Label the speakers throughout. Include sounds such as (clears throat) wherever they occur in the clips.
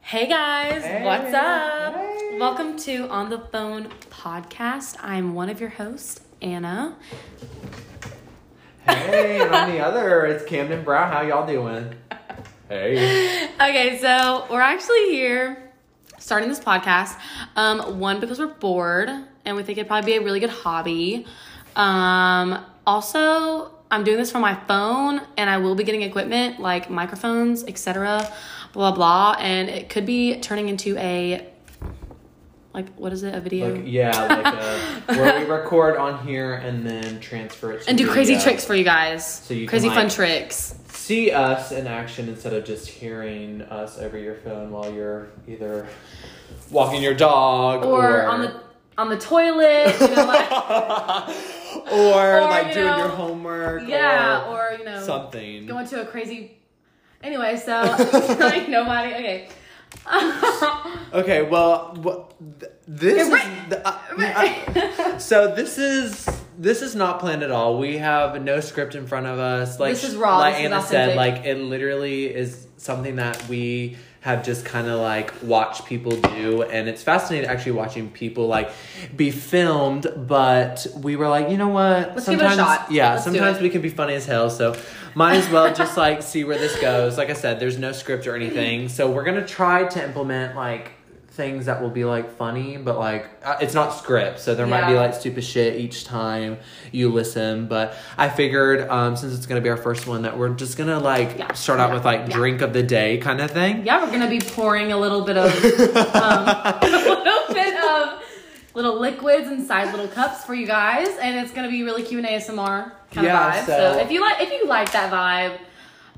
Speaker 1: Hey guys,
Speaker 2: Hey.
Speaker 1: what's up?
Speaker 2: Hey.
Speaker 1: Welcome to On the Phone podcast. I'm one of your hosts, Anna.
Speaker 2: Hey, and I'm the other. It's Camden Brown. How y'all doing? Hey.
Speaker 1: Okay, so we're actually here starting this podcast. Um, one because we're bored and we think it'd probably be a really good hobby. Um, also, I'm doing this from my phone and I will be getting equipment like microphones, etc. blah blah, and it could be turning into a like what is it? A video?
Speaker 2: Like, yeah, like uh, where we record on here and then transfer it to
Speaker 1: and do crazy
Speaker 2: video.
Speaker 1: tricks for you guys.
Speaker 2: So you can,
Speaker 1: crazy fun
Speaker 2: like-
Speaker 1: tricks.
Speaker 2: See us in action instead of just hearing us over your phone while you're either walking your dog
Speaker 1: Or,
Speaker 2: or,
Speaker 1: on the on the toilet, you know, like, (laughs)
Speaker 2: (laughs) or, like
Speaker 1: you
Speaker 2: doing
Speaker 1: know,
Speaker 2: your homework.
Speaker 1: yeah, or you know,
Speaker 2: something.
Speaker 1: going to a crazy. Anyway, so (laughs) like nobody. Okay. (laughs)
Speaker 2: (laughs) Okay, well, what, th- this
Speaker 1: Yeah,
Speaker 2: is the, uh, uh, so this is this is not planned at all. We have no script in front of us. Like
Speaker 1: This is raw,
Speaker 2: Like
Speaker 1: this is
Speaker 2: Anna said,
Speaker 1: authentic.
Speaker 2: like it literally is something that we have just kind of like watched people do, and it's fascinating actually watching people like be filmed. But we were like, you know what?
Speaker 1: Let's give it a shot.
Speaker 2: Yeah,
Speaker 1: Let's do
Speaker 2: sometimes
Speaker 1: it.
Speaker 2: we can be funny as hell. So might as well just like see where this goes. Like I said, there's no script
Speaker 1: (clears throat)
Speaker 2: or anything. So we're gonna try to implement like things that will be like funny, but like uh, it's not script. So there might be
Speaker 1: Yeah.
Speaker 2: like stupid shit each time you listen. But I figured um, since it's gonna be our first one, that we're just gonna like
Speaker 1: Yeah.
Speaker 2: start out
Speaker 1: Yeah.
Speaker 2: with like
Speaker 1: Yeah.
Speaker 2: drink of the day kind of thing.
Speaker 1: Yeah, we're gonna be pouring a little bit of um, (laughs) a little bit of little liquids inside little cups for you guys, and it's gonna be really cute and ASMR kind
Speaker 2: Yeah,
Speaker 1: of vibe. So,
Speaker 2: so-
Speaker 1: if you like if you like that vibe,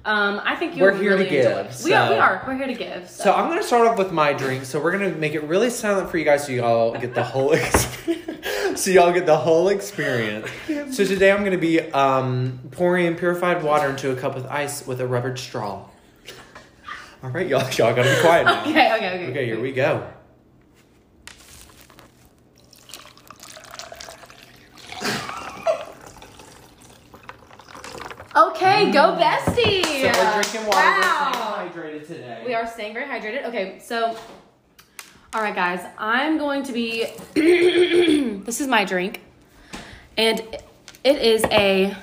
Speaker 1: um, I think you'll
Speaker 2: We're here to
Speaker 1: really enjoy
Speaker 2: give,
Speaker 1: it. We are.
Speaker 2: so-
Speaker 1: We are. We're here to give. So,
Speaker 2: So I'm gonna start off with my drink. So we're gonna make it really silent for you guys, so y'all get the whole (laughs) experience. so y'all get the whole experience. So today I'm gonna be um, pouring purified water into a cup with ice with a rubber straw. All right, y'all, y'all gotta be quiet
Speaker 1: (laughs)
Speaker 2: now.
Speaker 1: okay, okay, okay.
Speaker 2: Okay, here we go.
Speaker 1: Okay, go bestie.
Speaker 2: So we're drinking water.
Speaker 1: Wow.
Speaker 2: We're staying hydrated today.
Speaker 1: We are staying very hydrated. Okay, so all right guys, I'm going to be (clears throat) this is my drink. And it is a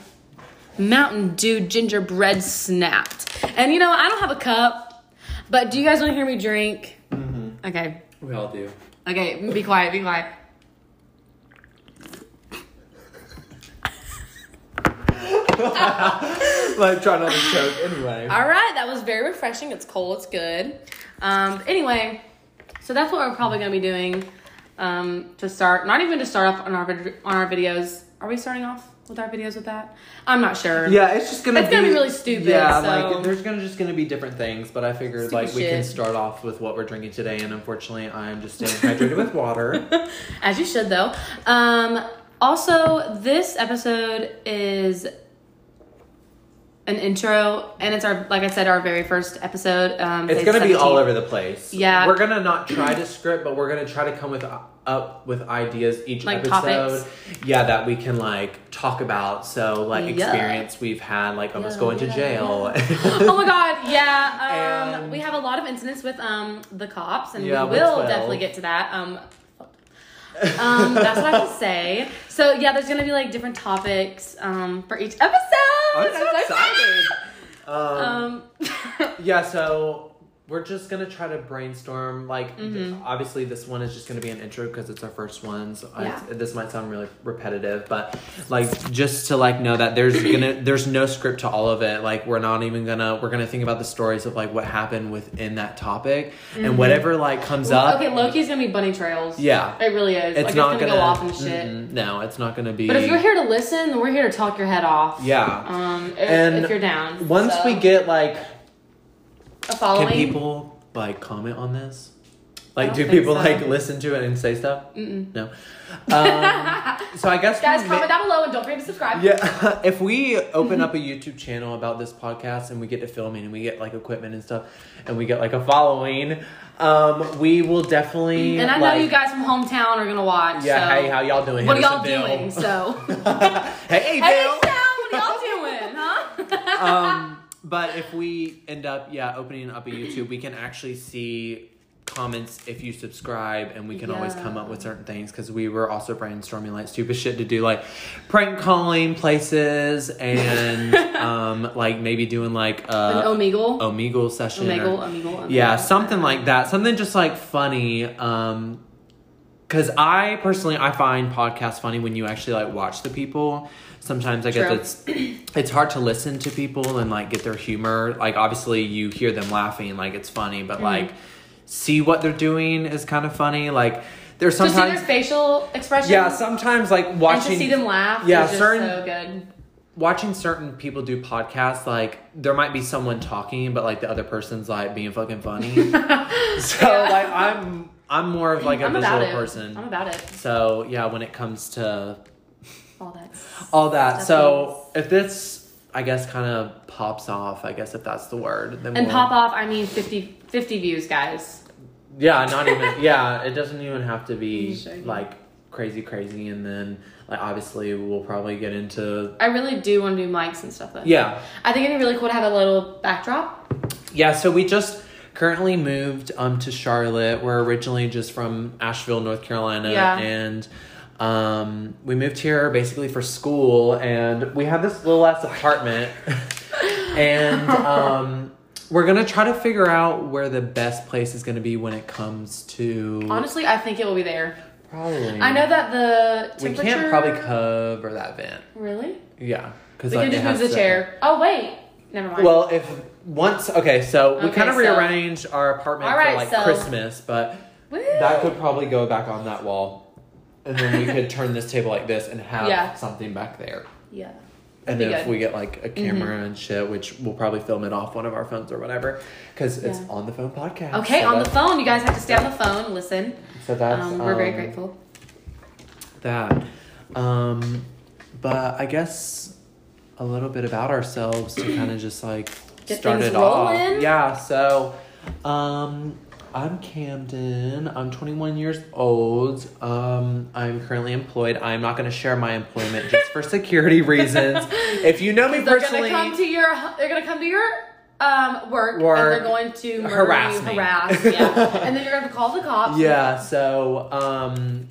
Speaker 1: Mountain Dew gingerbread snapped. And you know, I don't have a cup, but do you guys want to hear me drink? Mm-hmm. Okay.
Speaker 2: We all do.
Speaker 1: Okay, be quiet, be quiet.
Speaker 2: like try not to choke. Anyway.
Speaker 1: All right, that was very refreshing. It's cold, it's good. Um, anyway, so that's what we're probably gonna be doing um, to start. Not even to start off on our vid- on our videos. Are we starting off with our videos with that? I'm not sure.
Speaker 2: Yeah, it's just gonna.
Speaker 1: It's
Speaker 2: be,
Speaker 1: gonna be really stupid,
Speaker 2: Yeah,
Speaker 1: so-
Speaker 2: like there's gonna just gonna be different things, but I figured
Speaker 1: Stupid
Speaker 2: like we can
Speaker 1: shit.
Speaker 2: start off with what we're drinking today, and unfortunately, I'm just staying hydrated with
Speaker 1: (laughs)
Speaker 2: water.
Speaker 1: As you should though. Um, also, this episode is an intro, and it's our like I said, our very first episode. Um,
Speaker 2: It's
Speaker 1: today's
Speaker 2: gonna be all
Speaker 1: 17th.
Speaker 2: over the place.
Speaker 1: Yeah.
Speaker 2: we're gonna not try to script, but we're gonna try to come with up with ideas each
Speaker 1: Like
Speaker 2: episode.
Speaker 1: topics.
Speaker 2: Yeah, that we can like talk about. So like
Speaker 1: Yeah.
Speaker 2: experience we've had, like almost
Speaker 1: Yeah,
Speaker 2: going to
Speaker 1: yeah, (laughs)
Speaker 2: jail.
Speaker 1: oh my god, yeah. Um,
Speaker 2: And-
Speaker 1: we have a lot of incidents with um the cops, and
Speaker 2: Yeah,
Speaker 1: we
Speaker 2: with
Speaker 1: will
Speaker 2: 12.
Speaker 1: definitely get to that. Um, um, that's what I have to say. So yeah, there's gonna be like different topics um for each episode.
Speaker 2: I'm so excited.
Speaker 1: (laughs)
Speaker 2: um,
Speaker 1: Um,
Speaker 2: Yeah, so we're just gonna try to brainstorm. Like, th-
Speaker 1: Mm-hmm.
Speaker 2: obviously, this one is just gonna be an intro because it's our first one. So I-
Speaker 1: Yeah.
Speaker 2: this might sound really repetitive, but like, just to like know that there's
Speaker 1: (clears throat)
Speaker 2: gonna there's no script to all of it. Like, we're not even gonna we're gonna think about the stories of like what happened within that topic and whatever like comes up.
Speaker 1: Mm-hmm. (laughs) okay, Loki's gonna be bunny trails.
Speaker 2: Yeah.
Speaker 1: it really is.
Speaker 2: It's
Speaker 1: like,
Speaker 2: not Mm-hmm.
Speaker 1: it's gonna, go off and shit.
Speaker 2: mm-mm, no, it's not gonna be.
Speaker 1: But if you're here to listen, then we're here to talk your head off.
Speaker 2: yeah.
Speaker 1: Um, if,
Speaker 2: And
Speaker 1: if you're down.
Speaker 2: Once
Speaker 1: So,
Speaker 2: we get like
Speaker 1: a following,
Speaker 2: Can people like comment on this? Like,
Speaker 1: don't
Speaker 2: do
Speaker 1: think
Speaker 2: people
Speaker 1: so.
Speaker 2: like listen to it and say stuff? Mm-mm. No. Um, so I guess
Speaker 1: guys
Speaker 2: we
Speaker 1: comment Mm-hmm.
Speaker 2: may-
Speaker 1: down below and don't forget to subscribe.
Speaker 2: Yeah, (laughs) if we open up a YouTube channel about this podcast and we get to filming and we get like equipment and stuff and we get like a following, um, we will definitely.
Speaker 1: And I know
Speaker 2: like,
Speaker 1: you guys from hometown are gonna watch.
Speaker 2: Yeah,
Speaker 1: so.
Speaker 2: hey, how y'all doing?
Speaker 1: What are y'all
Speaker 2: Hendersonville?
Speaker 1: doing? So,
Speaker 2: (laughs)
Speaker 1: hey,
Speaker 2: hey, Bill.
Speaker 1: Sam, what (laughs) are y'all doing, huh?
Speaker 2: um, but if we end up, yeah, opening up a YouTube, we can actually see comments if you subscribe, and we can always
Speaker 1: Yeah.
Speaker 2: come up with certain things because we were also brainstorming like stupid shit to do, like prank calling
Speaker 1: (laughs)
Speaker 2: places, and um, like maybe doing like
Speaker 1: (laughs) An
Speaker 2: a
Speaker 1: Omegle.
Speaker 2: Omegle session. or-
Speaker 1: Omegle, Omegle, Omegle.
Speaker 2: Oh, yeah, something like that. Something just like funny. Um, because I personally I find podcasts funny when you actually like watch the people. Sometimes I
Speaker 1: True.
Speaker 2: guess it's it's hard to listen to people and like get their humor. Like obviously you hear them laughing, like it's funny,
Speaker 1: Mm-hmm.
Speaker 2: but like see what they're doing is kind of funny. Like there's
Speaker 1: To see their
Speaker 2: sometimes
Speaker 1: facial expressions.
Speaker 2: yeah, sometimes like
Speaker 1: and
Speaker 2: watching
Speaker 1: to see them laugh.
Speaker 2: Yeah,
Speaker 1: Yeah, is just
Speaker 2: certain-
Speaker 1: so good.
Speaker 2: watching certain people do podcasts, like there might be someone talking, but like the other person's like being fucking funny. so
Speaker 1: Yeah.
Speaker 2: like I'm I'm more of (laughs) like a
Speaker 1: I'm about
Speaker 2: visual
Speaker 1: it.
Speaker 2: person.
Speaker 1: I'm about it.
Speaker 2: so yeah, when it comes to
Speaker 1: All that.
Speaker 2: all that,
Speaker 1: Stuff
Speaker 2: so if this I guess kind of pops off, I guess if that's the word, then
Speaker 1: And
Speaker 2: we'll-
Speaker 1: pop off. I mean, 50, 50 views, guys.
Speaker 2: Yeah, not even. yeah, it doesn't even have to
Speaker 1: (laughs)
Speaker 2: be
Speaker 1: Sure.
Speaker 2: like crazy, crazy, and then like obviously we'll probably get into
Speaker 1: I really do want to do mics and stuff though.
Speaker 2: yeah.
Speaker 1: I think it'd be really cool to have a little backdrop.
Speaker 2: Yeah, so we just currently moved um to Charlotte. We're originally just from Asheville, North Carolina,
Speaker 1: Yeah.
Speaker 2: and um we moved here basically for school and we have this little
Speaker 1: (laughs)
Speaker 2: ass apartment. and um we're going to try to figure out where the best place is going to be when it comes to
Speaker 1: Honestly, I think it will be there.
Speaker 2: probably
Speaker 1: I know that the
Speaker 2: we
Speaker 1: temperature.
Speaker 2: can't probably cover that vent.
Speaker 1: Really?
Speaker 2: Yeah. Cuz
Speaker 1: We can just move the chair. Oh wait, never mind.
Speaker 2: Well, if once okay, so we
Speaker 1: Okay,
Speaker 2: kind of
Speaker 1: so-
Speaker 2: rearranged our apartment
Speaker 1: All right,
Speaker 2: for like
Speaker 1: so-
Speaker 2: Christmas, but
Speaker 1: Woo!
Speaker 2: that could probably go back on that wall, and
Speaker 1: (laughs)
Speaker 2: then we could turn this table like this and have
Speaker 1: Yeah.
Speaker 2: something back there.
Speaker 1: yeah.
Speaker 2: And
Speaker 1: That'd
Speaker 2: then
Speaker 1: be
Speaker 2: if
Speaker 1: good. Mm-hmm.
Speaker 2: we get like a camera and shit, which we'll probably film it off one of our phones or whatever, because it's
Speaker 1: Yeah.
Speaker 2: on the phone podcast.
Speaker 1: Okay,
Speaker 2: so
Speaker 1: on the
Speaker 2: that-
Speaker 1: phone. You guys have to stay on the phone. Listen,
Speaker 2: So that's
Speaker 1: um, we're very
Speaker 2: um,
Speaker 1: grateful.
Speaker 2: That, um, but I guess a little bit about ourselves to kind of just like
Speaker 1: (clears throat) Get
Speaker 2: start
Speaker 1: things
Speaker 2: it off.
Speaker 1: rolling.
Speaker 2: Yeah. So, um, I'm Camden. I'm 21 years old. Um, I'm currently employed. I'm not going to share my employment just
Speaker 1: (laughs)
Speaker 2: for security reasons. If you know me
Speaker 1: They're gonna
Speaker 2: personally,
Speaker 1: come to your. They're gonna come to your um, work, and
Speaker 2: Work.
Speaker 1: they're going to murder
Speaker 2: Harass
Speaker 1: you,
Speaker 2: me. (laughs)
Speaker 1: harass, yeah, and then you're gonna have to call the cops.
Speaker 2: yeah so um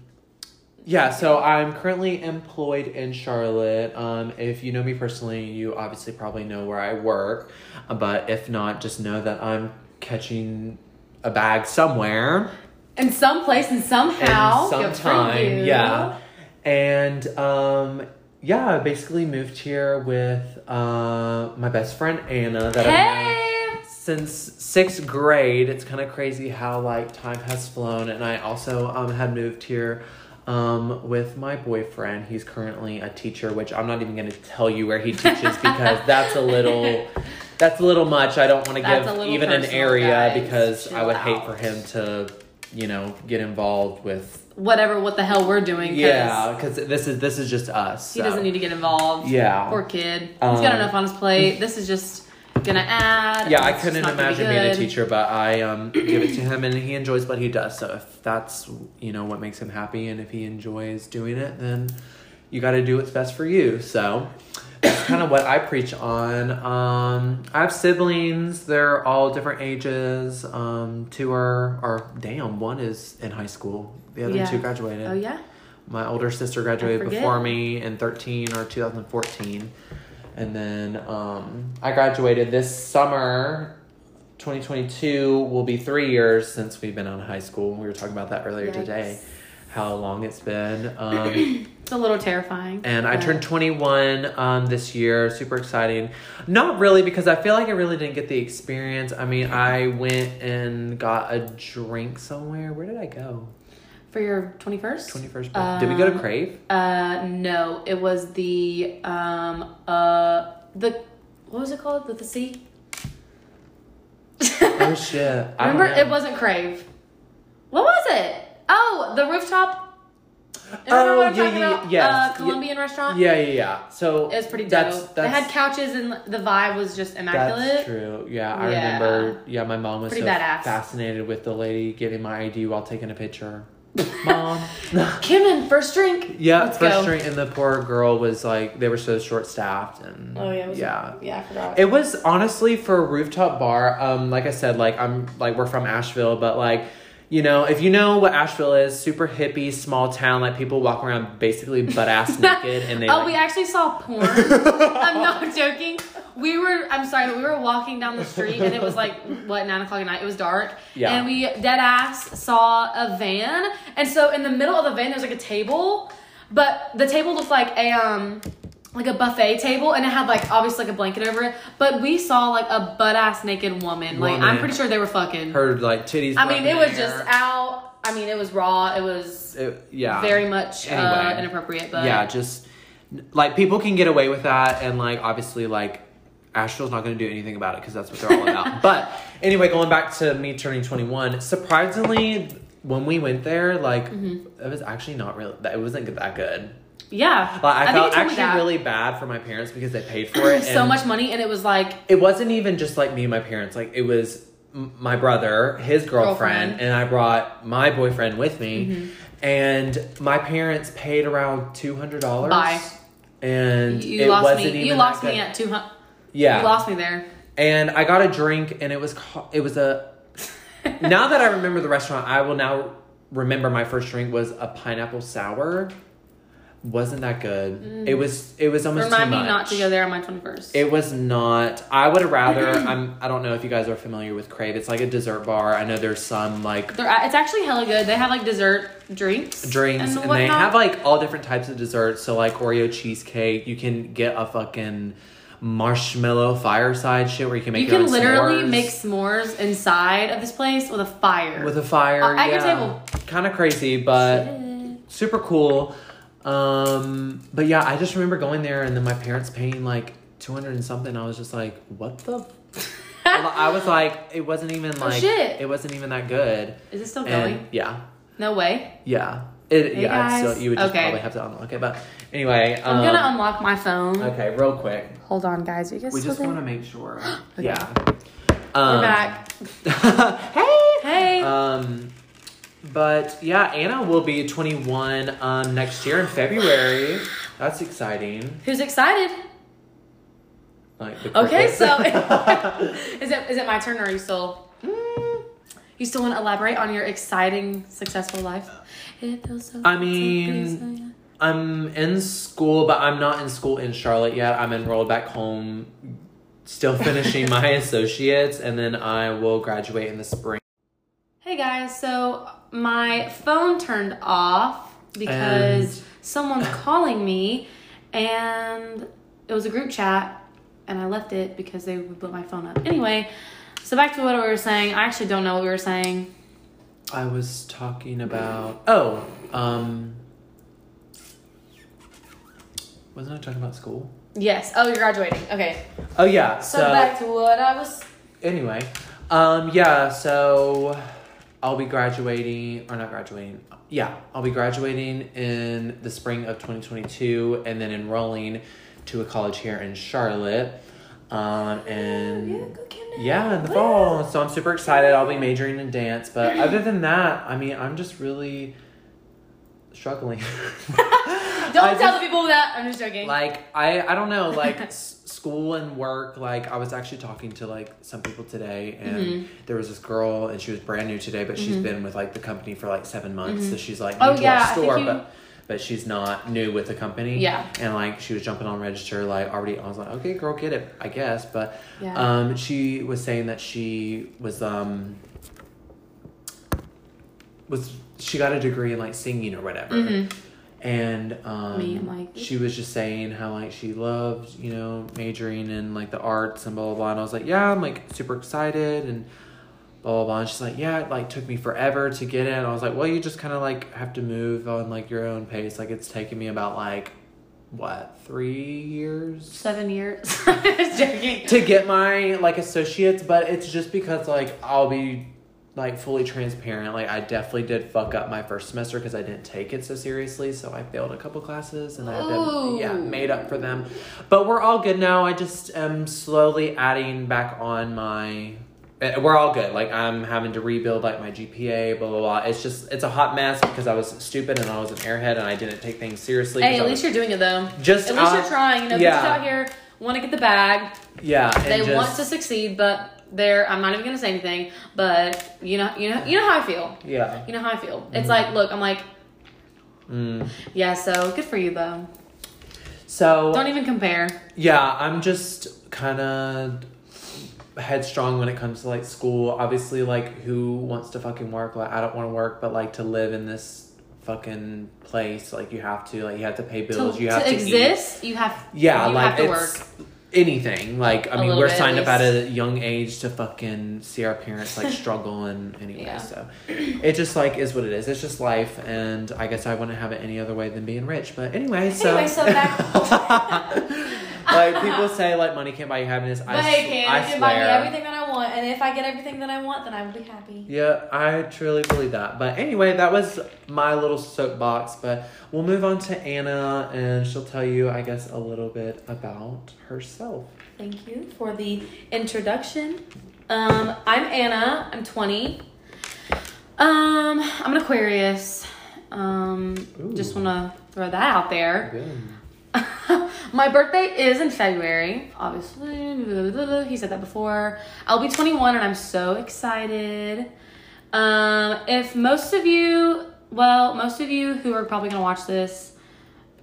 Speaker 2: yeah so i'm currently employed in charlotte um if you know me personally you obviously probably know where i work Uh, but if not just know that i'm catching a bag somewhere
Speaker 1: in some place and somehow,
Speaker 2: and
Speaker 1: good for you.
Speaker 2: sometime yeah and um yeah I basically moved here with uh my best friend anna that i know
Speaker 1: Hey,
Speaker 2: since sixth grade. It's kind of crazy how like time has flown, and I also um had moved here. Um, with my boyfriend, he's currently a teacher, which I'm not even going to tell you
Speaker 1: (laughs)
Speaker 2: where he teaches because that's a little, that's a little much. I don't want to
Speaker 1: That's a
Speaker 2: give
Speaker 1: little
Speaker 2: even an
Speaker 1: personal,
Speaker 2: area
Speaker 1: guys.
Speaker 2: because I
Speaker 1: Chill
Speaker 2: would hate
Speaker 1: out.
Speaker 2: for him to, you know, get involved with.
Speaker 1: whatever, what the hell we're doing? 'cause
Speaker 2: Yeah, because this is this is just us.
Speaker 1: he
Speaker 2: so.
Speaker 1: doesn't need to get involved.
Speaker 2: Yeah.
Speaker 1: poor kid. He's
Speaker 2: Um,
Speaker 1: got enough on his plate. This is just gonna add.
Speaker 2: Yeah, I
Speaker 1: and it's just
Speaker 2: couldn't
Speaker 1: not gonna be
Speaker 2: imagine being a
Speaker 1: good.
Speaker 2: teacher, but I um, (clears throat) give it to him, and he enjoys what he does. So if that's you know what makes him happy, and if he enjoys doing it, then you got to do what's best for you. So that's kind of what I preach on. Um, I have siblings; they're all different ages. Um, two are, or damn, one is in high school. The other
Speaker 1: Yeah.
Speaker 2: two graduated.
Speaker 1: Oh yeah.
Speaker 2: My older sister
Speaker 1: I
Speaker 2: graduated
Speaker 1: forget.
Speaker 2: before me in 13 or 2014. And then um, I graduated this summer, 2022, will be three years since we've been out of high school. We were talking about that earlier
Speaker 1: Yikes.
Speaker 2: today, how long it's been.
Speaker 1: (coughs)
Speaker 2: Um,
Speaker 1: It's a little terrifying. Uh,
Speaker 2: and I
Speaker 1: but-
Speaker 2: turned 21 um, this year. Super exciting. Not really, because I feel like I really didn't get the experience. I mean, I went and got a drink somewhere. Where did I go?
Speaker 1: for your twenty first.
Speaker 2: 21st birthday. did we go to
Speaker 1: Um,
Speaker 2: Crave?
Speaker 1: Uh, no, it was the um uh the what was it called? The, the sea.
Speaker 2: Oh shit! (laughs) I
Speaker 1: (laughs)
Speaker 2: don't
Speaker 1: Remember,
Speaker 2: know.
Speaker 1: it wasn't Crave. What was it? Oh, the rooftop. Remember
Speaker 2: Oh,
Speaker 1: what I'm
Speaker 2: yeah,
Speaker 1: talking
Speaker 2: yeah,
Speaker 1: about?
Speaker 2: yes,
Speaker 1: Uh,
Speaker 2: yeah.
Speaker 1: Colombian restaurant.
Speaker 2: Yeah, yeah, yeah. So
Speaker 1: It was pretty dope.
Speaker 2: That's, that's,
Speaker 1: they had couches and the vibe was just immaculate.
Speaker 2: That's true. Yeah, I
Speaker 1: Yeah.
Speaker 2: remember. Yeah, my mom was
Speaker 1: Pretty
Speaker 2: so
Speaker 1: badass.
Speaker 2: fascinated with the lady giving my ID while taking
Speaker 1: (laughs)
Speaker 2: a picture. mom.
Speaker 1: Kim in first drink.
Speaker 2: (laughs) yeah,
Speaker 1: Let's
Speaker 2: first
Speaker 1: go.
Speaker 2: drink, and the poor girl was like, they were so short staffed, and
Speaker 1: Oh yeah. it was-
Speaker 2: yeah.
Speaker 1: Yeah, I forgot.
Speaker 2: It was honestly for a rooftop bar. Um, like I said, like I'm like we're from Asheville, but like You know, if you know what Asheville is, super hippie, small town, like people walk around basically butt
Speaker 1: (laughs)
Speaker 2: ass naked, and they.
Speaker 1: oh,
Speaker 2: like-
Speaker 1: we actually saw porn. I'm not joking. We were, I'm sorry, but we were walking down the street and it was like, what, nine o'clock at night? It was dark.
Speaker 2: Yeah.
Speaker 1: And we dead ass saw a van. And so in the middle of the van, there's like a table, but the table looked like a, um, like a buffet table and it had like obviously like a blanket over it. But we saw like a butt ass naked woman. Like, I'm
Speaker 2: Woman.
Speaker 1: pretty sure they were fucking.
Speaker 2: her like titties.
Speaker 1: I mean,
Speaker 2: were
Speaker 1: it
Speaker 2: in
Speaker 1: was
Speaker 2: the
Speaker 1: just
Speaker 2: air.
Speaker 1: out. I mean, it was raw. It was
Speaker 2: It- Uh, yeah.
Speaker 1: very much uh,
Speaker 2: Anyway.
Speaker 1: inappropriate. But
Speaker 2: yeah, just like people can get away with that, and like obviously, like Asheville's not going to do anything about it because that's what they're all
Speaker 1: (laughs)
Speaker 2: about. but anyway, going back to me turning twenty one, surprisingly, when we went there, like
Speaker 1: Mm-hmm.
Speaker 2: it was actually not really. It wasn't that good.
Speaker 1: yeah.
Speaker 2: Like, I,
Speaker 1: think you
Speaker 2: felt
Speaker 1: told me
Speaker 2: actually
Speaker 1: that.
Speaker 2: really bad for my parents because they
Speaker 1: (clears throat)
Speaker 2: paid for it
Speaker 1: so
Speaker 2: and
Speaker 1: much money, and it was like
Speaker 2: It wasn't even just like me and my parents. Like it was m- my brother, his girlfriend,
Speaker 1: Girlfriend. Mm-hmm.
Speaker 2: and I brought my boyfriend with me. And my parents paid around two hundred dollars.
Speaker 1: Bye.
Speaker 2: And
Speaker 1: you
Speaker 2: it
Speaker 1: lost
Speaker 2: wasn't
Speaker 1: me.
Speaker 2: even
Speaker 1: You lost
Speaker 2: that
Speaker 1: me
Speaker 2: good.
Speaker 1: at two hundred.
Speaker 2: yeah.
Speaker 1: You lost me
Speaker 2: (laughs)
Speaker 1: there.
Speaker 2: and I got a drink, and it was ca- it was
Speaker 1: (laughs)
Speaker 2: a. now that I remember the restaurant, I will now remember my first drink was a pineapple sour. Wasn't that good? It was. It was almost
Speaker 1: Mm. Remind
Speaker 2: too
Speaker 1: me
Speaker 2: much.
Speaker 1: not to go there on my twenty first.
Speaker 2: It was not. I would
Speaker 1: (clears throat)
Speaker 2: rather. I'm. I don't know if you guys are familiar with Crave. It's like a dessert bar. I know there's some like
Speaker 1: It's actually hella good. They have like dessert drinks,
Speaker 2: drinks, and, they
Speaker 1: whatnot.
Speaker 2: have like all different types of desserts. So like Oreo cheesecake. You can get a fucking marshmallow fireside shit where you can make.
Speaker 1: you can
Speaker 2: your own
Speaker 1: literally
Speaker 2: s'mores
Speaker 1: make s'mores inside of this place with a fire.
Speaker 2: with a fire
Speaker 1: Uh, at your
Speaker 2: yeah.
Speaker 1: table.
Speaker 2: Kind of crazy, but super cool. Um, but yeah, I just remember going there and then my parents paying like two hundred and something. I was just like, what the.
Speaker 1: (laughs)
Speaker 2: I was like, it wasn't even like
Speaker 1: Oh, shit.
Speaker 2: it wasn't even that good.
Speaker 1: Is it still going?
Speaker 2: And yeah,
Speaker 1: no way.
Speaker 2: yeah, it,
Speaker 1: Hey,
Speaker 2: yeah. it's
Speaker 1: guys.
Speaker 2: still- you would just
Speaker 1: Okay.
Speaker 2: probably have to unlock it, but anyway, um,
Speaker 1: I'm gonna unlock my phone.
Speaker 2: okay, real quick.
Speaker 1: Hold on, guys. Are you guys
Speaker 2: We
Speaker 1: still
Speaker 2: just
Speaker 1: there?
Speaker 2: want to make sure.
Speaker 1: (gasps) Okay.
Speaker 2: Yeah,
Speaker 1: We're
Speaker 2: um,
Speaker 1: back.
Speaker 2: (laughs) hey,
Speaker 1: Hey.
Speaker 2: Um, but yeah, Anna will be 21 um, next year in February. That's exciting.
Speaker 1: Who's
Speaker 2: (laughs)
Speaker 1: excited?
Speaker 2: Like the
Speaker 1: Okay,
Speaker 2: crickets.
Speaker 1: so is it is it my turn or are you still you still want to elaborate on your exciting successful life? It feels so
Speaker 2: I
Speaker 1: good to
Speaker 2: mean,
Speaker 1: be so young.
Speaker 2: (laughs) I'm in school, but I'm not in school in Charlotte yet. I'm enrolled back home, still finishing
Speaker 1: (laughs)
Speaker 2: my associates, and then I will graduate in the spring.
Speaker 1: hey guys, so my phone turned off because someone's (laughs) calling me, and it was a group chat, and I left it because they would put my phone up. Anyway, so back to what we were saying. I actually don't know what we were saying.
Speaker 2: I was talking about oh, um, wasn't I talking about school?
Speaker 1: Yes. Oh, you're graduating. Okay.
Speaker 2: Oh yeah,
Speaker 1: So, back to what I was.
Speaker 2: anyway um yeah so i'll be graduating or not graduating yeah i'll be graduating in the spring of 2022 and then enrolling to a college here in charlotte um and
Speaker 1: Yeah, go Kim Nat.
Speaker 2: yeah, in the fall. So I'm super excited. I'll be majoring in dance.
Speaker 1: (laughs)
Speaker 2: But other than that, I mean, I'm just really struggling. (laughs)
Speaker 1: Don't
Speaker 2: I
Speaker 1: tell the people that. I'm just joking.
Speaker 2: like i i don't know like (laughs) s- school and work like i was actually talking to like some people today and
Speaker 1: Mm-hmm.
Speaker 2: there was this girl and she was brand new today but she's been with like the company for like seven months so she's like new
Speaker 1: Oh,
Speaker 2: to
Speaker 1: yeah, I
Speaker 2: our
Speaker 1: think
Speaker 2: store
Speaker 1: you-
Speaker 2: but but she's not new with the company
Speaker 1: Yeah.
Speaker 2: and like she was jumping on register like already i was like okay girl get it i guess but
Speaker 1: Yeah.
Speaker 2: um she was saying that she was um was she got a degree in like singing or whatever and um
Speaker 1: Mm-hmm. Me, I'm like-
Speaker 2: she was just saying how like she loved you know majoring in like the arts and blah blah blah and i was like yeah i'm like super excited and blah blah blah and she's like yeah it like took me forever to get in and i was like well you just kind of like have to move on like your own pace like it's taken me about like what three years
Speaker 1: Seven years. (laughs) I'm just joking.
Speaker 2: to get my like associates, but it's just because like I'll be like fully transparent. Like I definitely did fuck up my first semester because I didn't take it so seriously, so I failed a couple classes and I had to
Speaker 1: Ooh.
Speaker 2: yeah made up for them. But we're all good now. I just am slowly adding back on my. eh, We're all good. Like I'm having to rebuild like my GPA, blah blah blah. It's just it's a hot mess because I was stupid and I was an airhead and I didn't take things seriously. 'cause
Speaker 1: Hey,
Speaker 2: I
Speaker 1: at
Speaker 2: was-
Speaker 1: least you're doing it though.
Speaker 2: Just
Speaker 1: at least
Speaker 2: out-
Speaker 1: you're trying. You know,
Speaker 2: Uh, yeah.
Speaker 1: yeah. out here want to get the bag.
Speaker 2: yeah. and
Speaker 1: They
Speaker 2: just-
Speaker 1: want to succeed, but there. I'm not even gonna say anything, but you know, you know, you know how I feel.
Speaker 2: Yeah.
Speaker 1: You know how I feel. It's
Speaker 2: Mm-hmm.
Speaker 1: like, look, I'm like,
Speaker 2: Mm.
Speaker 1: yeah. So good for you though.
Speaker 2: So
Speaker 1: Don't e-, even compare.
Speaker 2: yeah, I'm just kind of headstrong when it comes to like school. Obviously, like who wants to fucking work? Like I don't want to work, but like to live in this fucking place, like you have to, like you have to pay bills,
Speaker 1: to
Speaker 2: you have
Speaker 1: to
Speaker 2: to, eat.
Speaker 1: exist, you have.
Speaker 2: Yeah,
Speaker 1: you
Speaker 2: like
Speaker 1: have to
Speaker 2: it's
Speaker 1: work.
Speaker 2: anything. Like I
Speaker 1: A
Speaker 2: mean,
Speaker 1: little
Speaker 2: we're
Speaker 1: bit, at
Speaker 2: signed up at
Speaker 1: least.
Speaker 2: a young age to fucking see our
Speaker 1: (laughs)
Speaker 2: parents like struggle and anyway.
Speaker 1: Yeah.
Speaker 2: So it just like is what it is. It's just life, and I guess I wouldn't have it any other way than being rich. But anyway, so
Speaker 1: Anyway, so back-
Speaker 2: (laughs) like people say, like money can't buy you happiness. I,
Speaker 1: But hey,
Speaker 2: sw-
Speaker 1: Cam,
Speaker 2: I
Speaker 1: you can
Speaker 2: swear.
Speaker 1: buy me everything that I want, and if I get everything that I want, then I will be happy.
Speaker 2: Yeah, I truly believe that. But anyway, that was my little soapbox. But we'll move on to Anna, and she'll tell you, I guess, a little bit about herself.
Speaker 1: Thank you for the introduction. Um, I'm Anna. I'm 20. Um, I'm an Aquarius. Um,
Speaker 2: Ooh.
Speaker 1: just want to throw that out there.
Speaker 2: Good.
Speaker 1: (laughs) My birthday is in February, obviously. He said that before. I'll be 21 and I'm so excited. Um, if most of you, well, most of you who are probably going to watch this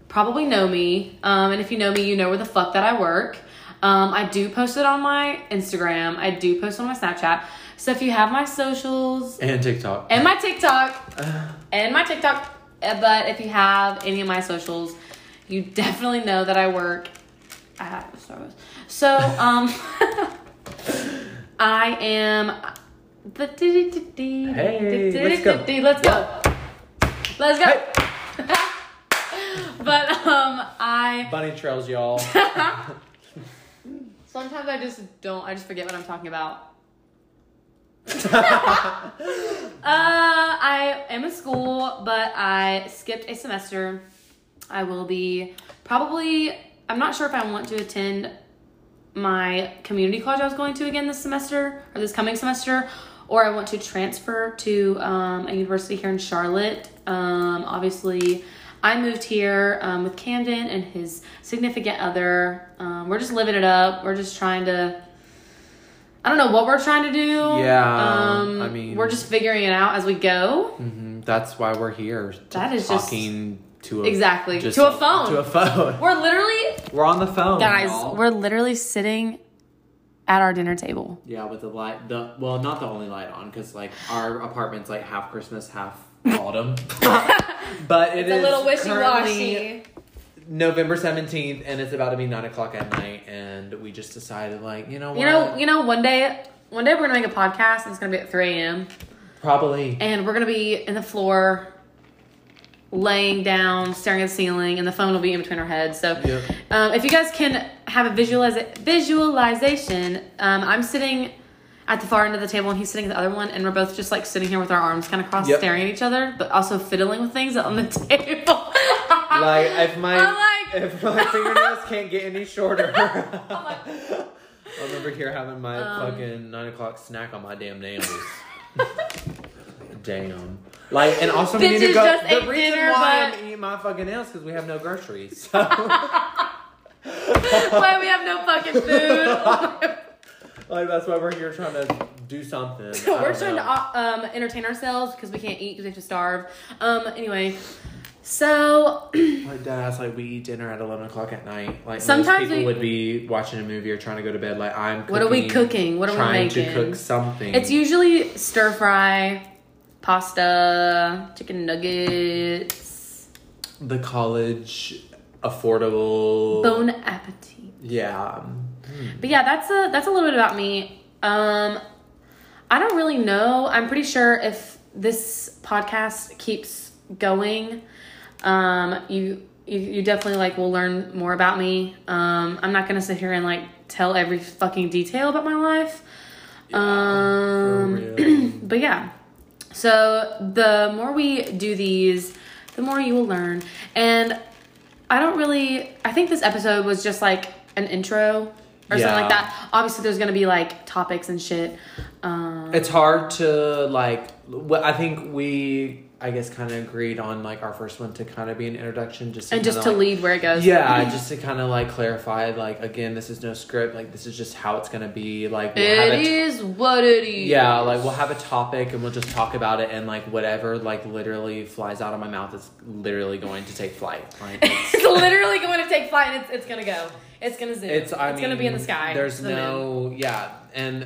Speaker 1: probably know me. Um, and if you know me, you know where the fuck that I work. Um, I do post it on my Instagram, I do post it on my Snapchat. So if you have my socials
Speaker 2: And TikTok.
Speaker 1: and my TikTok,
Speaker 2: Uh.
Speaker 1: and my TikTok. Uh, But if you have any of my socials, you definitely know that I work at Star Wars. So,
Speaker 2: (laughs)
Speaker 1: um, (laughs) I am.
Speaker 2: Hey, let's go.
Speaker 1: Let's go. Let's
Speaker 2: Hey.
Speaker 1: go. (laughs) But um, I
Speaker 2: Bunny trails,
Speaker 1: (laughs)
Speaker 2: y'all.
Speaker 1: sometimes I just don't. I just forget what I'm talking about. Uh, I am in school, but I skipped a semester. I will be probably. I'm not sure if I want to attend my community college I was going to again this semester or this coming semester, or I want to transfer to um, a university here in Charlotte. Um, obviously, I moved here um, with Camden and his significant other. Um, we're just living it up. We're just trying to. I don't know what we're trying to do.
Speaker 2: Yeah,
Speaker 1: Um,
Speaker 2: I mean-
Speaker 1: we're just figuring it out as we go.
Speaker 2: Mhm, That's why we're here. to
Speaker 1: That is just-
Speaker 2: talking to a,
Speaker 1: Exactly.
Speaker 2: just-
Speaker 1: To a phone.
Speaker 2: To a phone.
Speaker 1: We're literally
Speaker 2: We're on the phone,
Speaker 1: guys,
Speaker 2: y'all.
Speaker 1: we're literally sitting at our dinner table.
Speaker 2: yeah, with the light. The well, not the only light on because like our apartment's like half Christmas, half
Speaker 1: (laughs)
Speaker 2: autumn. (laughs) but it
Speaker 1: It's a
Speaker 2: is
Speaker 1: little wishy
Speaker 2: currently
Speaker 1: washy.
Speaker 2: November seventeenth, and it's about to be nine o'clock at night, and we just decided like you know what,
Speaker 1: You know, you know, one day one day we're gonna make a podcast and it's gonna be at 3 a.m.
Speaker 2: probably
Speaker 1: And we're gonna be in the floor laying down, staring at the ceiling, and the phone will be in between our heads. So
Speaker 2: Yeah.
Speaker 1: um, if you guys can have a visualiza- visualization, um, I'm sitting at the far end of the table and he's sitting at the other one and we're both just like sitting here with our arms kind of crossed
Speaker 2: Yep.
Speaker 1: staring at each other but also fiddling with things on the (laughs) table
Speaker 2: like if my
Speaker 1: I'm like-
Speaker 2: if
Speaker 1: (laughs)
Speaker 2: my fingernails can't get any shorter.
Speaker 1: I'm like-
Speaker 2: (laughs) I'm over here having my
Speaker 1: Um.
Speaker 2: fucking nine o'clock snack on my damn nails. damn. Like, and also we
Speaker 1: Bitches
Speaker 2: need to go.
Speaker 1: just
Speaker 2: the
Speaker 1: ate
Speaker 2: reason
Speaker 1: dinner,
Speaker 2: why
Speaker 1: but-
Speaker 2: I'm eating my fucking nails because we have no groceries. (laughs) So,
Speaker 1: why we have no fucking (laughs) food
Speaker 2: like, that's why we're here trying to do something. I
Speaker 1: we're
Speaker 2: don't
Speaker 1: trying
Speaker 2: know.
Speaker 1: to um, entertain ourselves because we can't eat because we have to starve um anyway so
Speaker 2: Like that's like we eat dinner at eleven o'clock at night. Like
Speaker 1: Sometimes
Speaker 2: sometimes people
Speaker 1: we-
Speaker 2: would be watching a movie or trying to go to bed. Like I'm. Cooking,
Speaker 1: What are we cooking? What are we
Speaker 2: trying
Speaker 1: making?
Speaker 2: to cook something?
Speaker 1: it's usually stir fry pasta chicken nuggets
Speaker 2: the college affordable.
Speaker 1: bon appetit
Speaker 2: Yeah.
Speaker 1: But yeah, that's a that's a little bit about me. Um, I don't really know. I'm pretty sure if this podcast keeps going, um, you you, you definitely like will learn more about me. Um, I'm not gonna sit here and like tell every fucking detail about my life.
Speaker 2: for
Speaker 1: Um,
Speaker 2: real. (clears throat)
Speaker 1: but yeah, so the more we do these, the more you will learn. And I don't really. I think this episode was just like an intro or
Speaker 2: Yeah.
Speaker 1: something like that. Obviously, there's gonna be like topics and shit. Um,
Speaker 2: It's hard to like. wh- I think we I guess kind of agreed on like our first one to kind of be an introduction, just
Speaker 1: and just
Speaker 2: kinda,
Speaker 1: to
Speaker 2: like-
Speaker 1: lead where it goes.
Speaker 2: Yeah, just to kind of like clarify, like again, this is no script. Like this is just how it's gonna be. Like we'll have
Speaker 1: It
Speaker 2: a t-
Speaker 1: is what it is.
Speaker 2: yeah, like we'll have a topic and we'll just talk about it, and like whatever like literally flies out of my mouth is literally going to take flight. Like
Speaker 1: (laughs)
Speaker 2: it's,
Speaker 1: it's literally going to take flight. And it's it's gonna go. It's gonna zoom.
Speaker 2: it's I mean,
Speaker 1: gonna be in the sky.
Speaker 2: There's
Speaker 1: to the moon.
Speaker 2: no yeah, and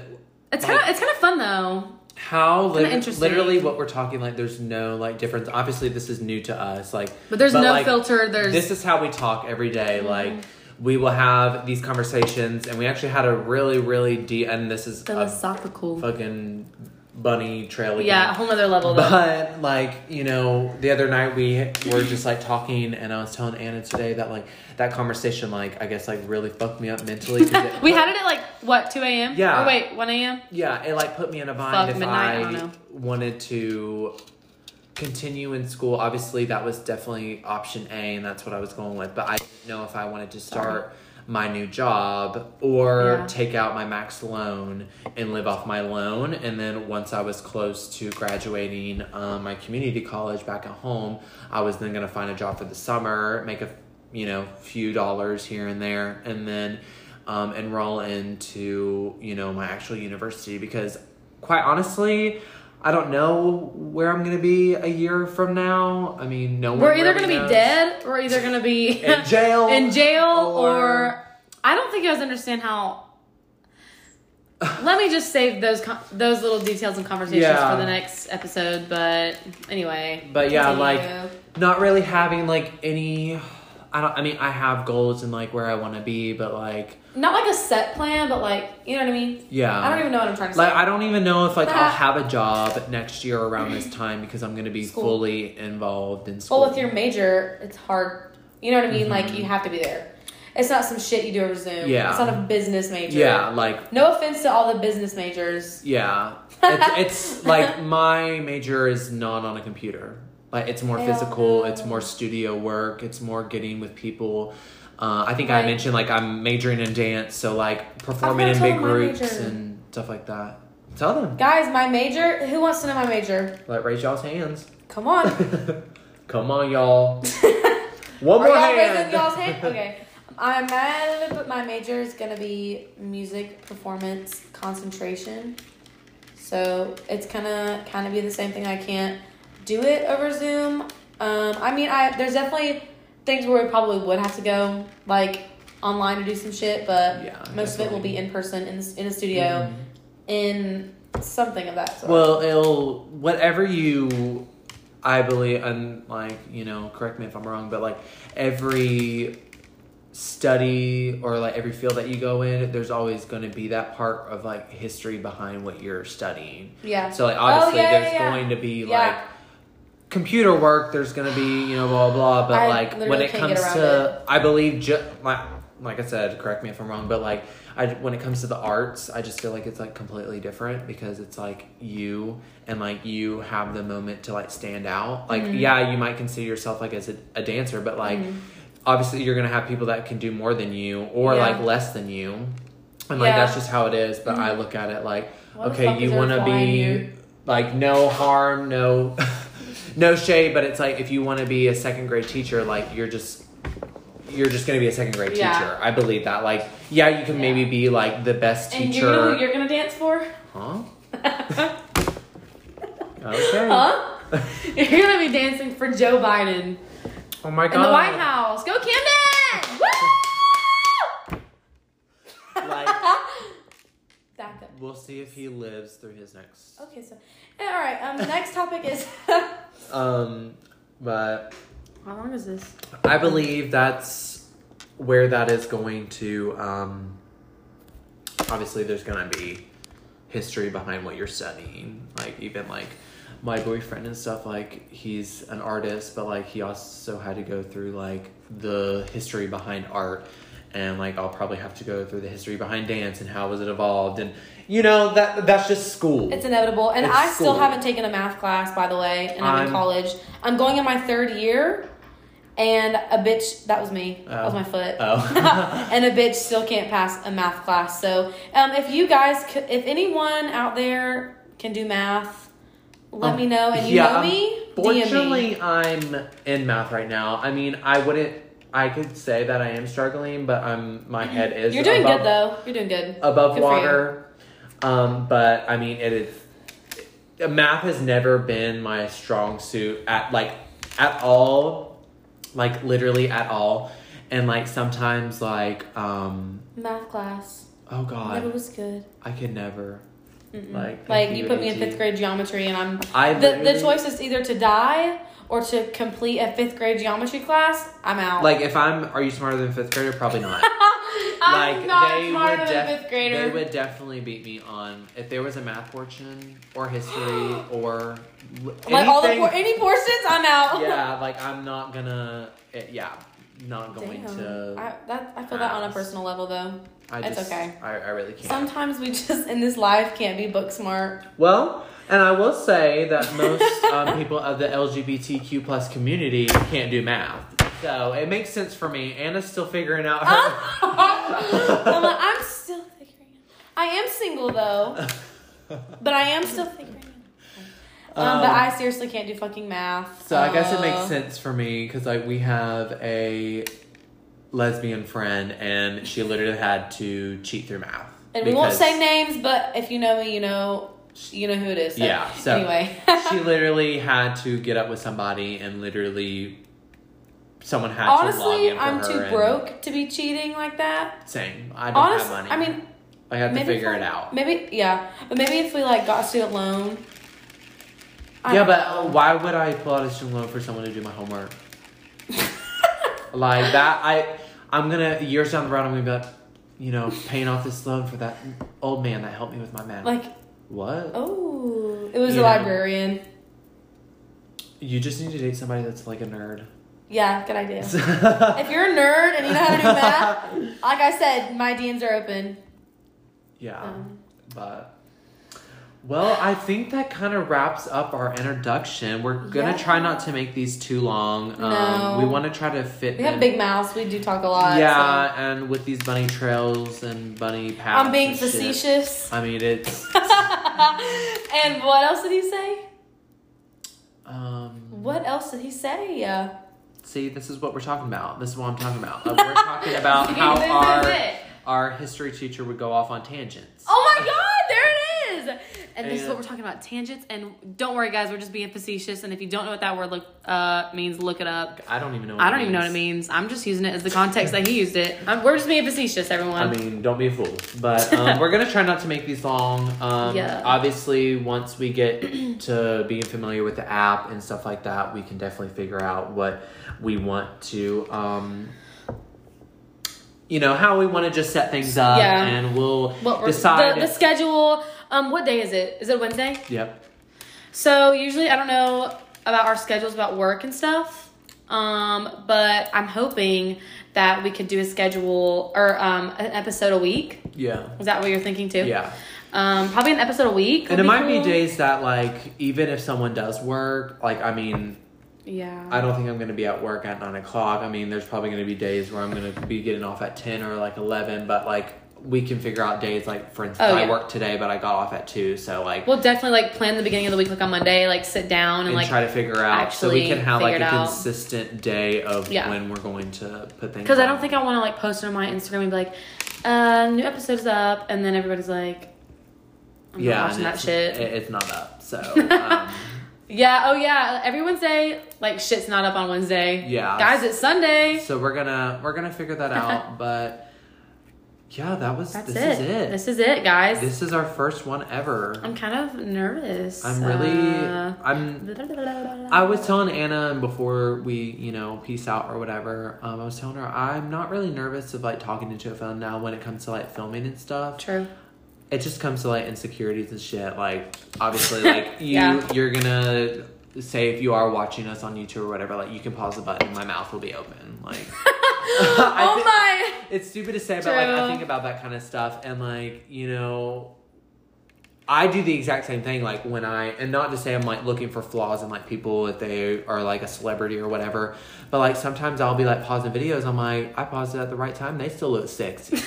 Speaker 1: It's kind of it's kind of fun though.
Speaker 2: how lit-
Speaker 1: interesting.
Speaker 2: literally what we're talking like. There's no like difference. Obviously, this is new to us. Like,
Speaker 1: But there's no Mm-hmm.
Speaker 2: like,
Speaker 1: filter. There's
Speaker 2: this is how we talk every day, like we will have these conversations and we actually had a really really deep and this is a
Speaker 1: philosophical.
Speaker 2: fucking bunny trail again.
Speaker 1: yeah, a whole nother level. though.
Speaker 2: but like you know the other night we were just like talking and i was telling anna today that like that conversation like i guess like really fucked me up mentally 'cause
Speaker 1: (laughs)
Speaker 2: it-
Speaker 1: we had it at like what 2 a.m.
Speaker 2: Yeah.
Speaker 1: Or wait, 1 a.m.
Speaker 2: yeah, it like put me in a bind
Speaker 1: Fuck,
Speaker 2: if
Speaker 1: midnight, I
Speaker 2: I,
Speaker 1: don't know.
Speaker 2: wanted to continue in school. Obviously, that was definitely option A, and that's what I was going with. But I didn't know if I wanted to start my new job or
Speaker 1: Yeah.
Speaker 2: take out my max loan and live off my loan. And then once I was close to graduating um, my community college back at home, I was then going to find a job for the summer, make a you know few dollars here and there, and then um, enroll into you know my actual university because quite honestly. I don't know where I'm gonna be a year from now. I mean, no one.
Speaker 1: We're either
Speaker 2: really
Speaker 1: gonna be
Speaker 2: knows.
Speaker 1: dead or either gonna be
Speaker 2: (laughs) in
Speaker 1: (laughs)
Speaker 2: jail.
Speaker 1: in jail or,
Speaker 2: or-
Speaker 1: I don't think you guys understand how. Let me just save those con- those little details and conversations
Speaker 2: Yeah.
Speaker 1: for the next episode. But anyway,
Speaker 2: But yeah,
Speaker 1: continue.
Speaker 2: like not really having like any. I don't. I mean, I have goals and like where I want to be, but like,
Speaker 1: not like a set plan, but like you know what I mean.
Speaker 2: yeah,
Speaker 1: I don't even know what I'm trying to
Speaker 2: Like,
Speaker 1: say.
Speaker 2: I don't even know if like I'll
Speaker 1: That-
Speaker 2: have a job next year around this time because I'm gonna be
Speaker 1: School.
Speaker 2: fully involved in school.
Speaker 1: well, with your major, it's hard. You know what I mean? Like you have to be there. It's not some shit you do over Zoom.
Speaker 2: Mm-hmm. Yeah.
Speaker 1: It's not a business major.
Speaker 2: yeah, like
Speaker 1: No offense to all the business majors.
Speaker 2: yeah,
Speaker 1: (laughs)
Speaker 2: it's, it's like my major is not on a computer. Like it's more
Speaker 1: Hell
Speaker 2: physical.
Speaker 1: no.
Speaker 2: It's more studio work. It's more getting with people. Uh, I think I
Speaker 1: Like-
Speaker 2: mentioned like I'm majoring in dance, so like performing
Speaker 1: gonna
Speaker 2: in
Speaker 1: tell
Speaker 2: big
Speaker 1: them my
Speaker 2: groups
Speaker 1: major.
Speaker 2: and stuff like that. Tell them.
Speaker 1: Guys, my major. Who wants to know my major?
Speaker 2: Like raise y'all's hands. (laughs)
Speaker 1: Come on.
Speaker 2: Come on, y'all. One
Speaker 1: Are
Speaker 2: more
Speaker 1: y'all raising
Speaker 2: hand.
Speaker 1: y'all's
Speaker 2: (laughs)
Speaker 1: hand? Okay. I'm mad, but my major is gonna be music performance concentration. So it's gonna kind of be the same thing. I can't do it over Zoom. Um, I mean, I there's definitely things where we probably would have to go like online to do some shit, but
Speaker 2: Yeah,
Speaker 1: most of it will be in person in the, in a studio
Speaker 2: Mhm.
Speaker 1: in something of that sort.
Speaker 2: Well, it'll whatever you, I believe, and like you know, correct me if I'm wrong, but like every study or like every field that you go in, there's always going to be that part of like history behind what you're studying.
Speaker 1: yeah. Oh,
Speaker 2: So like obviously,
Speaker 1: yeah,
Speaker 2: there's
Speaker 1: yeah, yeah.
Speaker 2: going to be
Speaker 1: Yeah.
Speaker 2: like computer work. There's going to be you know blah blah. blah, But
Speaker 1: I
Speaker 2: like when
Speaker 1: literally
Speaker 2: it
Speaker 1: can't
Speaker 2: comes
Speaker 1: get
Speaker 2: to, I believe ju- like like I said, correct me if I'm wrong, but like I when it comes to the arts, I just feel like it's like completely different because it's like you and like you have the moment to like stand out. Like
Speaker 1: Mm-hmm.
Speaker 2: yeah, you might consider yourself like as a, a dancer, but like. Obviously, you're gonna have people that can do more than you, or
Speaker 1: Yeah.
Speaker 2: like less than you, and like
Speaker 1: Yeah. Mm-hmm.
Speaker 2: that's just how it is. But I look at it like,
Speaker 1: Why the fuck
Speaker 2: okay,
Speaker 1: is
Speaker 2: you
Speaker 1: there a
Speaker 2: want to
Speaker 1: fly in
Speaker 2: be
Speaker 1: you?
Speaker 2: like no harm, no, no shade, but it's like if you want to be a second grade teacher, like you're just you're just gonna be a second grade
Speaker 1: Yeah.
Speaker 2: teacher. I believe that. Like, yeah, you can maybe be like the best
Speaker 1: and you know
Speaker 2: teacher.
Speaker 1: who you're gonna dance
Speaker 2: (laughs)
Speaker 1: for?
Speaker 2: huh? Okay.
Speaker 1: (laughs) Huh? You're gonna be dancing for Joe Biden
Speaker 2: Oh my god.
Speaker 1: in the White House. Go
Speaker 2: (laughs)
Speaker 1: Camden! Woo!
Speaker 2: Like,
Speaker 1: (laughs) Back up.
Speaker 2: we'll see if he lives through his next.
Speaker 1: Okay, so eh, all right. Um, the next topic is (laughs)
Speaker 2: Um, but
Speaker 1: how long is this?
Speaker 2: I believe that's where that is going to. Um, obviously, there's going to be history behind what you're studying. Like, even like my boyfriend and stuff, like, he's an artist, but like, he also had to go through like the history behind art. And like I'll probably have to go through the history behind dance and how was it evolved and you know that that's just school.
Speaker 1: It's inevitable, and
Speaker 2: It's
Speaker 1: I still
Speaker 2: school.
Speaker 1: haven't taken a math class, by the way, and I'm,
Speaker 2: I'm-
Speaker 1: in college. I'm going in my third year, and a bitch. That was me. That was
Speaker 2: Oh.
Speaker 1: my foot.
Speaker 2: Oh.
Speaker 1: (laughs) and a bitch still can't pass a math class. So, um, if you guys, c- if anyone out there can do math, let
Speaker 2: Um,
Speaker 1: me know. And you
Speaker 2: yeah,
Speaker 1: know me, DM me.
Speaker 2: Fortunately, I'm in math right now. I mean, I wouldn't. I could say that I am struggling, but I'm. My head is.
Speaker 1: Mm-hmm. You're doing
Speaker 2: above,
Speaker 1: good though. You're doing good.
Speaker 2: Above
Speaker 1: Good for you.
Speaker 2: water, um, but I mean, it is. Math has never been my strong suit at like at all, like literally at all, and like sometimes like um
Speaker 1: Math class.
Speaker 2: oh
Speaker 1: Never
Speaker 2: god,
Speaker 1: was good.
Speaker 2: I could never
Speaker 1: Mm-mm.
Speaker 2: like
Speaker 1: Like
Speaker 2: thank
Speaker 1: you put me in
Speaker 2: AG.
Speaker 1: fifth grade geometry, and I'm
Speaker 2: I
Speaker 1: the the
Speaker 2: literally-
Speaker 1: choice is either to die or to complete a fifth grade geometry class. I'm out.
Speaker 2: Like if I'm, are you smarter than fifth grader? Probably not.
Speaker 1: I'm
Speaker 2: like
Speaker 1: not
Speaker 2: they
Speaker 1: smarter
Speaker 2: would
Speaker 1: than a
Speaker 2: def-
Speaker 1: fifth grader.
Speaker 2: They would definitely beat me on if there was a math portion
Speaker 1: (gasps)
Speaker 2: or history or l-
Speaker 1: like all the
Speaker 2: anything-
Speaker 1: por- any portions, I'm out. (laughs)
Speaker 2: yeah, like I'm not gonna. eh, yeah, not going
Speaker 1: Damn.
Speaker 2: to.
Speaker 1: I, that, I feel that on a
Speaker 2: ask.
Speaker 1: personal level though.
Speaker 2: I
Speaker 1: it's
Speaker 2: just,
Speaker 1: okay.
Speaker 2: I, I really can't.
Speaker 1: Sometimes we just in this life can't be book
Speaker 2: (laughs)
Speaker 1: smart. (laughs)
Speaker 2: well, and I will say that most um, people of the LGBTQ plus community can't do math. So it makes sense for me. Anna's still figuring out her.
Speaker 1: Uh-huh. I'm like, I'm still figuring out. I am single though,
Speaker 2: (laughs)
Speaker 1: Um, but I am still figuring out. Um, but
Speaker 2: Um,
Speaker 1: I seriously can't do fucking math.
Speaker 2: So I guess it
Speaker 1: Uh,
Speaker 2: makes sense for me because like we have a lesbian friend and she literally had to cheat through math.
Speaker 1: And we won't
Speaker 2: because
Speaker 1: say names, but if you know me, you know you know who it is. So.
Speaker 2: Yeah, so-
Speaker 1: anyway, (laughs)
Speaker 2: she literally had to get up with somebody and literally someone had to log
Speaker 1: honestly,
Speaker 2: in for
Speaker 1: I'm
Speaker 2: her
Speaker 1: too
Speaker 2: and-
Speaker 1: broke to be cheating like that.
Speaker 2: Same. I don't
Speaker 1: Honestly,
Speaker 2: have money.
Speaker 1: I mean,
Speaker 2: I have to
Speaker 1: maybe
Speaker 2: figure
Speaker 1: if
Speaker 2: it
Speaker 1: I-
Speaker 2: out.
Speaker 1: Maybe yeah, but maybe if we like got a student loan. I
Speaker 2: Yeah,
Speaker 1: don't
Speaker 2: but oh,
Speaker 1: know.
Speaker 2: why would I pull out a student loan for someone to do my homework? Like that, I I'm gonna years down the road I'm gonna be like, you know, paying off this loan for that old man that helped me with my math.
Speaker 1: (laughs) like
Speaker 2: what?
Speaker 1: oh, it was
Speaker 2: You
Speaker 1: a
Speaker 2: know.
Speaker 1: librarian.
Speaker 2: You just need to date somebody that's like a nerd.
Speaker 1: Yeah, good
Speaker 2: (laughs)
Speaker 1: idea. if you're a nerd and you know how to do math, like I said, my DMs are open.
Speaker 2: yeah,
Speaker 1: Um,
Speaker 2: but well, I think that kind of wraps up our introduction. We're gonna
Speaker 1: Yeah.
Speaker 2: try not to make these too long.
Speaker 1: No.
Speaker 2: Um, we want to try to fit.
Speaker 1: we have
Speaker 2: in-
Speaker 1: big mouths. We do talk a lot.
Speaker 2: Yeah,
Speaker 1: so.
Speaker 2: and with these bunny trails and bunny paths.
Speaker 1: I'm being
Speaker 2: and shit.
Speaker 1: facetious.
Speaker 2: I
Speaker 1: (laughs)
Speaker 2: mean, it's
Speaker 1: and what else did he say?
Speaker 2: um.
Speaker 1: What else did he say? Yeah.
Speaker 2: See, this is what we're talking about. This is what I'm talking about. Uh, we're talking
Speaker 1: (laughs)
Speaker 2: about how
Speaker 1: This is
Speaker 2: our
Speaker 1: it.
Speaker 2: our history teacher would go off on tangents.
Speaker 1: Oh my god, there it is! And this is
Speaker 2: And-
Speaker 1: what we're talking about tangents. And don't worry, guys, we're just being facetious. And if you don't know what that word look uh, means, look it up.
Speaker 2: I don't even know. What
Speaker 1: I
Speaker 2: it
Speaker 1: don't even know what it
Speaker 2: means.
Speaker 1: means. I'm just using it as the context that he used it. I'm, we're just being facetious, everyone.
Speaker 2: I mean, don't be a fool.
Speaker 1: (laughs)
Speaker 2: But um, we're gonna try not to make these long. Um,
Speaker 1: Yeah.
Speaker 2: Obviously, once we get to being familiar with the app and stuff like that, we can definitely figure out what we want to. Um, you know how we want to just set things up,
Speaker 1: Yeah.
Speaker 2: and we'll
Speaker 1: what we're,
Speaker 2: decide.
Speaker 1: the, the schedule. Um, what day is it? Is it Wednesday?
Speaker 2: yep.
Speaker 1: So usually I don't know about our schedules about work and stuff. Um, but I'm hoping that we could do a schedule or um, an episode a week.
Speaker 2: Yeah.
Speaker 1: Is that what you're thinking too?
Speaker 2: Yeah.
Speaker 1: Um, probably an episode a week.
Speaker 2: And
Speaker 1: would
Speaker 2: it might be
Speaker 1: cool.
Speaker 2: days that, like, even if someone does work, like, I mean,
Speaker 1: Yeah.
Speaker 2: I don't think I'm going to be at work at nine o'clock. I mean, there's probably going to be days where I'm going to be getting off at ten or like eleven, but like we can figure out days. Like for instance,
Speaker 1: Oh,
Speaker 2: I
Speaker 1: yeah.
Speaker 2: worked today, but I got off at two, so like
Speaker 1: We'll definitely like plan the beginning of the week, like on Monday, like sit down and,
Speaker 2: and
Speaker 1: like
Speaker 2: try to figure out so we
Speaker 1: actually
Speaker 2: can have like
Speaker 1: figure
Speaker 2: a
Speaker 1: it out.
Speaker 2: consistent day of
Speaker 1: Yeah.
Speaker 2: when we're going to put things.
Speaker 1: because I don't
Speaker 2: out.
Speaker 1: think I want to like post it on my Instagram and be like, uh, new episode is up, and then everybody's like, I'm
Speaker 2: yeah,
Speaker 1: not watching
Speaker 2: and
Speaker 1: that
Speaker 2: it's-
Speaker 1: shit.
Speaker 2: it- it's not
Speaker 1: (laughs)
Speaker 2: up. So um,
Speaker 1: yeah, oh yeah, every Wednesday, like shit's not up on Wednesday.
Speaker 2: Yeah.
Speaker 1: guys, it's Sunday.
Speaker 2: so we're gonna we're gonna figure
Speaker 1: (laughs)
Speaker 2: that out, but. Yeah, that was
Speaker 1: That's
Speaker 2: this
Speaker 1: it.
Speaker 2: is it.
Speaker 1: This is it, guys.
Speaker 2: This is our first one ever.
Speaker 1: I'm kind of nervous.
Speaker 2: I'm really
Speaker 1: Uh,
Speaker 2: I'm I was telling Anna before we, you know, peace out or whatever. Um, I was telling her I'm not really nervous of like talking into a phone now when it comes to like filming and
Speaker 1: (gasps)
Speaker 2: stuff.
Speaker 1: true.
Speaker 2: It just comes to like insecurities and shit. Like
Speaker 1: (laughs)
Speaker 2: obviously, like you,
Speaker 1: Yeah.
Speaker 2: you're gonna say if you are watching us on YouTube or whatever, like you can pause the button. My mouth will be open.
Speaker 1: (laughs)
Speaker 2: Like (laughs) (laughs) I
Speaker 1: oh
Speaker 2: thi-
Speaker 1: my.
Speaker 2: it's stupid to say, but like I
Speaker 1: True.
Speaker 2: think about that kind of stuff, and like you know, I do the exact same thing. Like when I, and not to say I'm like looking for flaws in like people if they are like a celebrity or whatever, but like sometimes I'll be like pausing videos. I'm like, (laughs) I paused it at the right time. They still look sexy. (laughs) like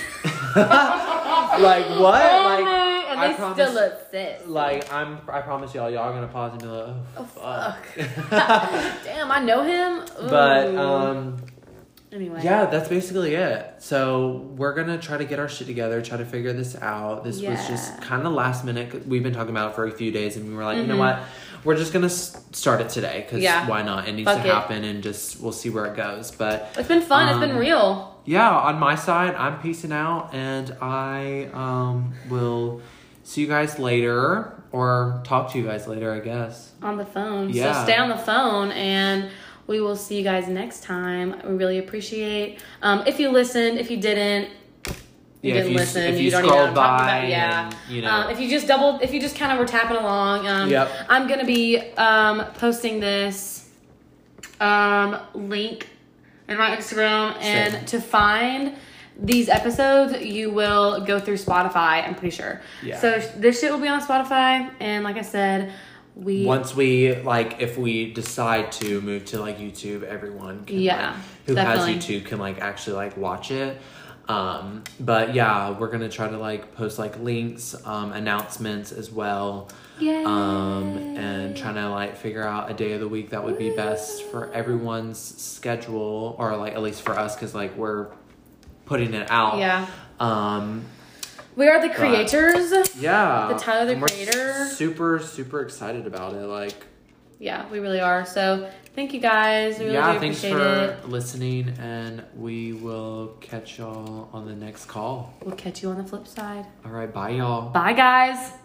Speaker 2: what?
Speaker 1: Oh
Speaker 2: like
Speaker 1: my-
Speaker 3: and
Speaker 2: I
Speaker 3: they
Speaker 2: promise-
Speaker 3: still obsessed.
Speaker 2: Like I'm, I promise y'all, y'all are gonna pause and be like, oh,
Speaker 3: Oh,
Speaker 2: (laughs)
Speaker 1: (laughs)
Speaker 2: fuck.
Speaker 3: Damn, I know him. Ooh.
Speaker 2: (laughs) but um,
Speaker 1: Anyway.
Speaker 2: yeah, that's basically it. So we're gonna try to get our shit together, try to figure this out. This was
Speaker 3: Yeah.
Speaker 2: just kind of last minute. 'cause We've been talking about it for a few days, and we were like, you know what, we're just gonna s- start it today because
Speaker 1: Mm-hmm. Yeah.
Speaker 2: why not? It needs
Speaker 1: Fuck
Speaker 2: to
Speaker 1: it.
Speaker 2: happen, and just we'll see where it goes. But
Speaker 1: It's been fun. it's been
Speaker 2: Um,
Speaker 1: real.
Speaker 2: yeah, on my side, I'm peacing out, and I um, will see you guys later, or talk to you guys later, I guess.
Speaker 1: On the phone.
Speaker 2: yeah.
Speaker 1: So stay on the phone and we will see you guys next time. We really appreciate um, if you listened, if you didn't, you
Speaker 2: yeah,
Speaker 1: didn't
Speaker 2: if you,
Speaker 1: listen,
Speaker 2: if
Speaker 1: you,
Speaker 2: you,
Speaker 1: don't
Speaker 2: scroll
Speaker 1: even know what I'm
Speaker 2: by,
Speaker 1: talking about. Yeah.
Speaker 2: and, you know,
Speaker 1: Um, if you just double, if you just kind of were tapping along, um,
Speaker 2: Yep.
Speaker 1: I'm gonna be um, posting this um, link in my Instagram, and
Speaker 2: Same.
Speaker 1: to find these episodes, you will go through Spotify. I'm pretty sure.
Speaker 2: Yeah.
Speaker 1: So sh- this shit will be on Spotify, and like I said, we
Speaker 2: once we like, if we decide to move to like YouTube, everyone can,
Speaker 1: Yeah,
Speaker 2: like, who
Speaker 1: definitely.
Speaker 2: has YouTube can like actually like watch it. Um, but yeah, we're gonna try to like post like links, um, announcements as well.
Speaker 1: Yay.
Speaker 2: um, and trying to like figure out a day of the week that would be best for everyone's schedule, or like at least for us, because like we're putting it out.
Speaker 1: Yeah.
Speaker 2: Um.
Speaker 1: we are the creators.
Speaker 2: Yeah.
Speaker 1: The Tyler, the
Speaker 2: And we're
Speaker 1: Creator.
Speaker 2: Super, super excited about it. Like,
Speaker 1: Yeah, we really are. So thank you guys. We really
Speaker 2: yeah.
Speaker 1: do
Speaker 2: Thanks
Speaker 1: appreciate
Speaker 2: for
Speaker 1: it.
Speaker 2: listening, and we will catch y'all on the next call.
Speaker 1: We'll catch you on the flip side.
Speaker 2: All right. Bye, y'all.
Speaker 1: Bye, guys.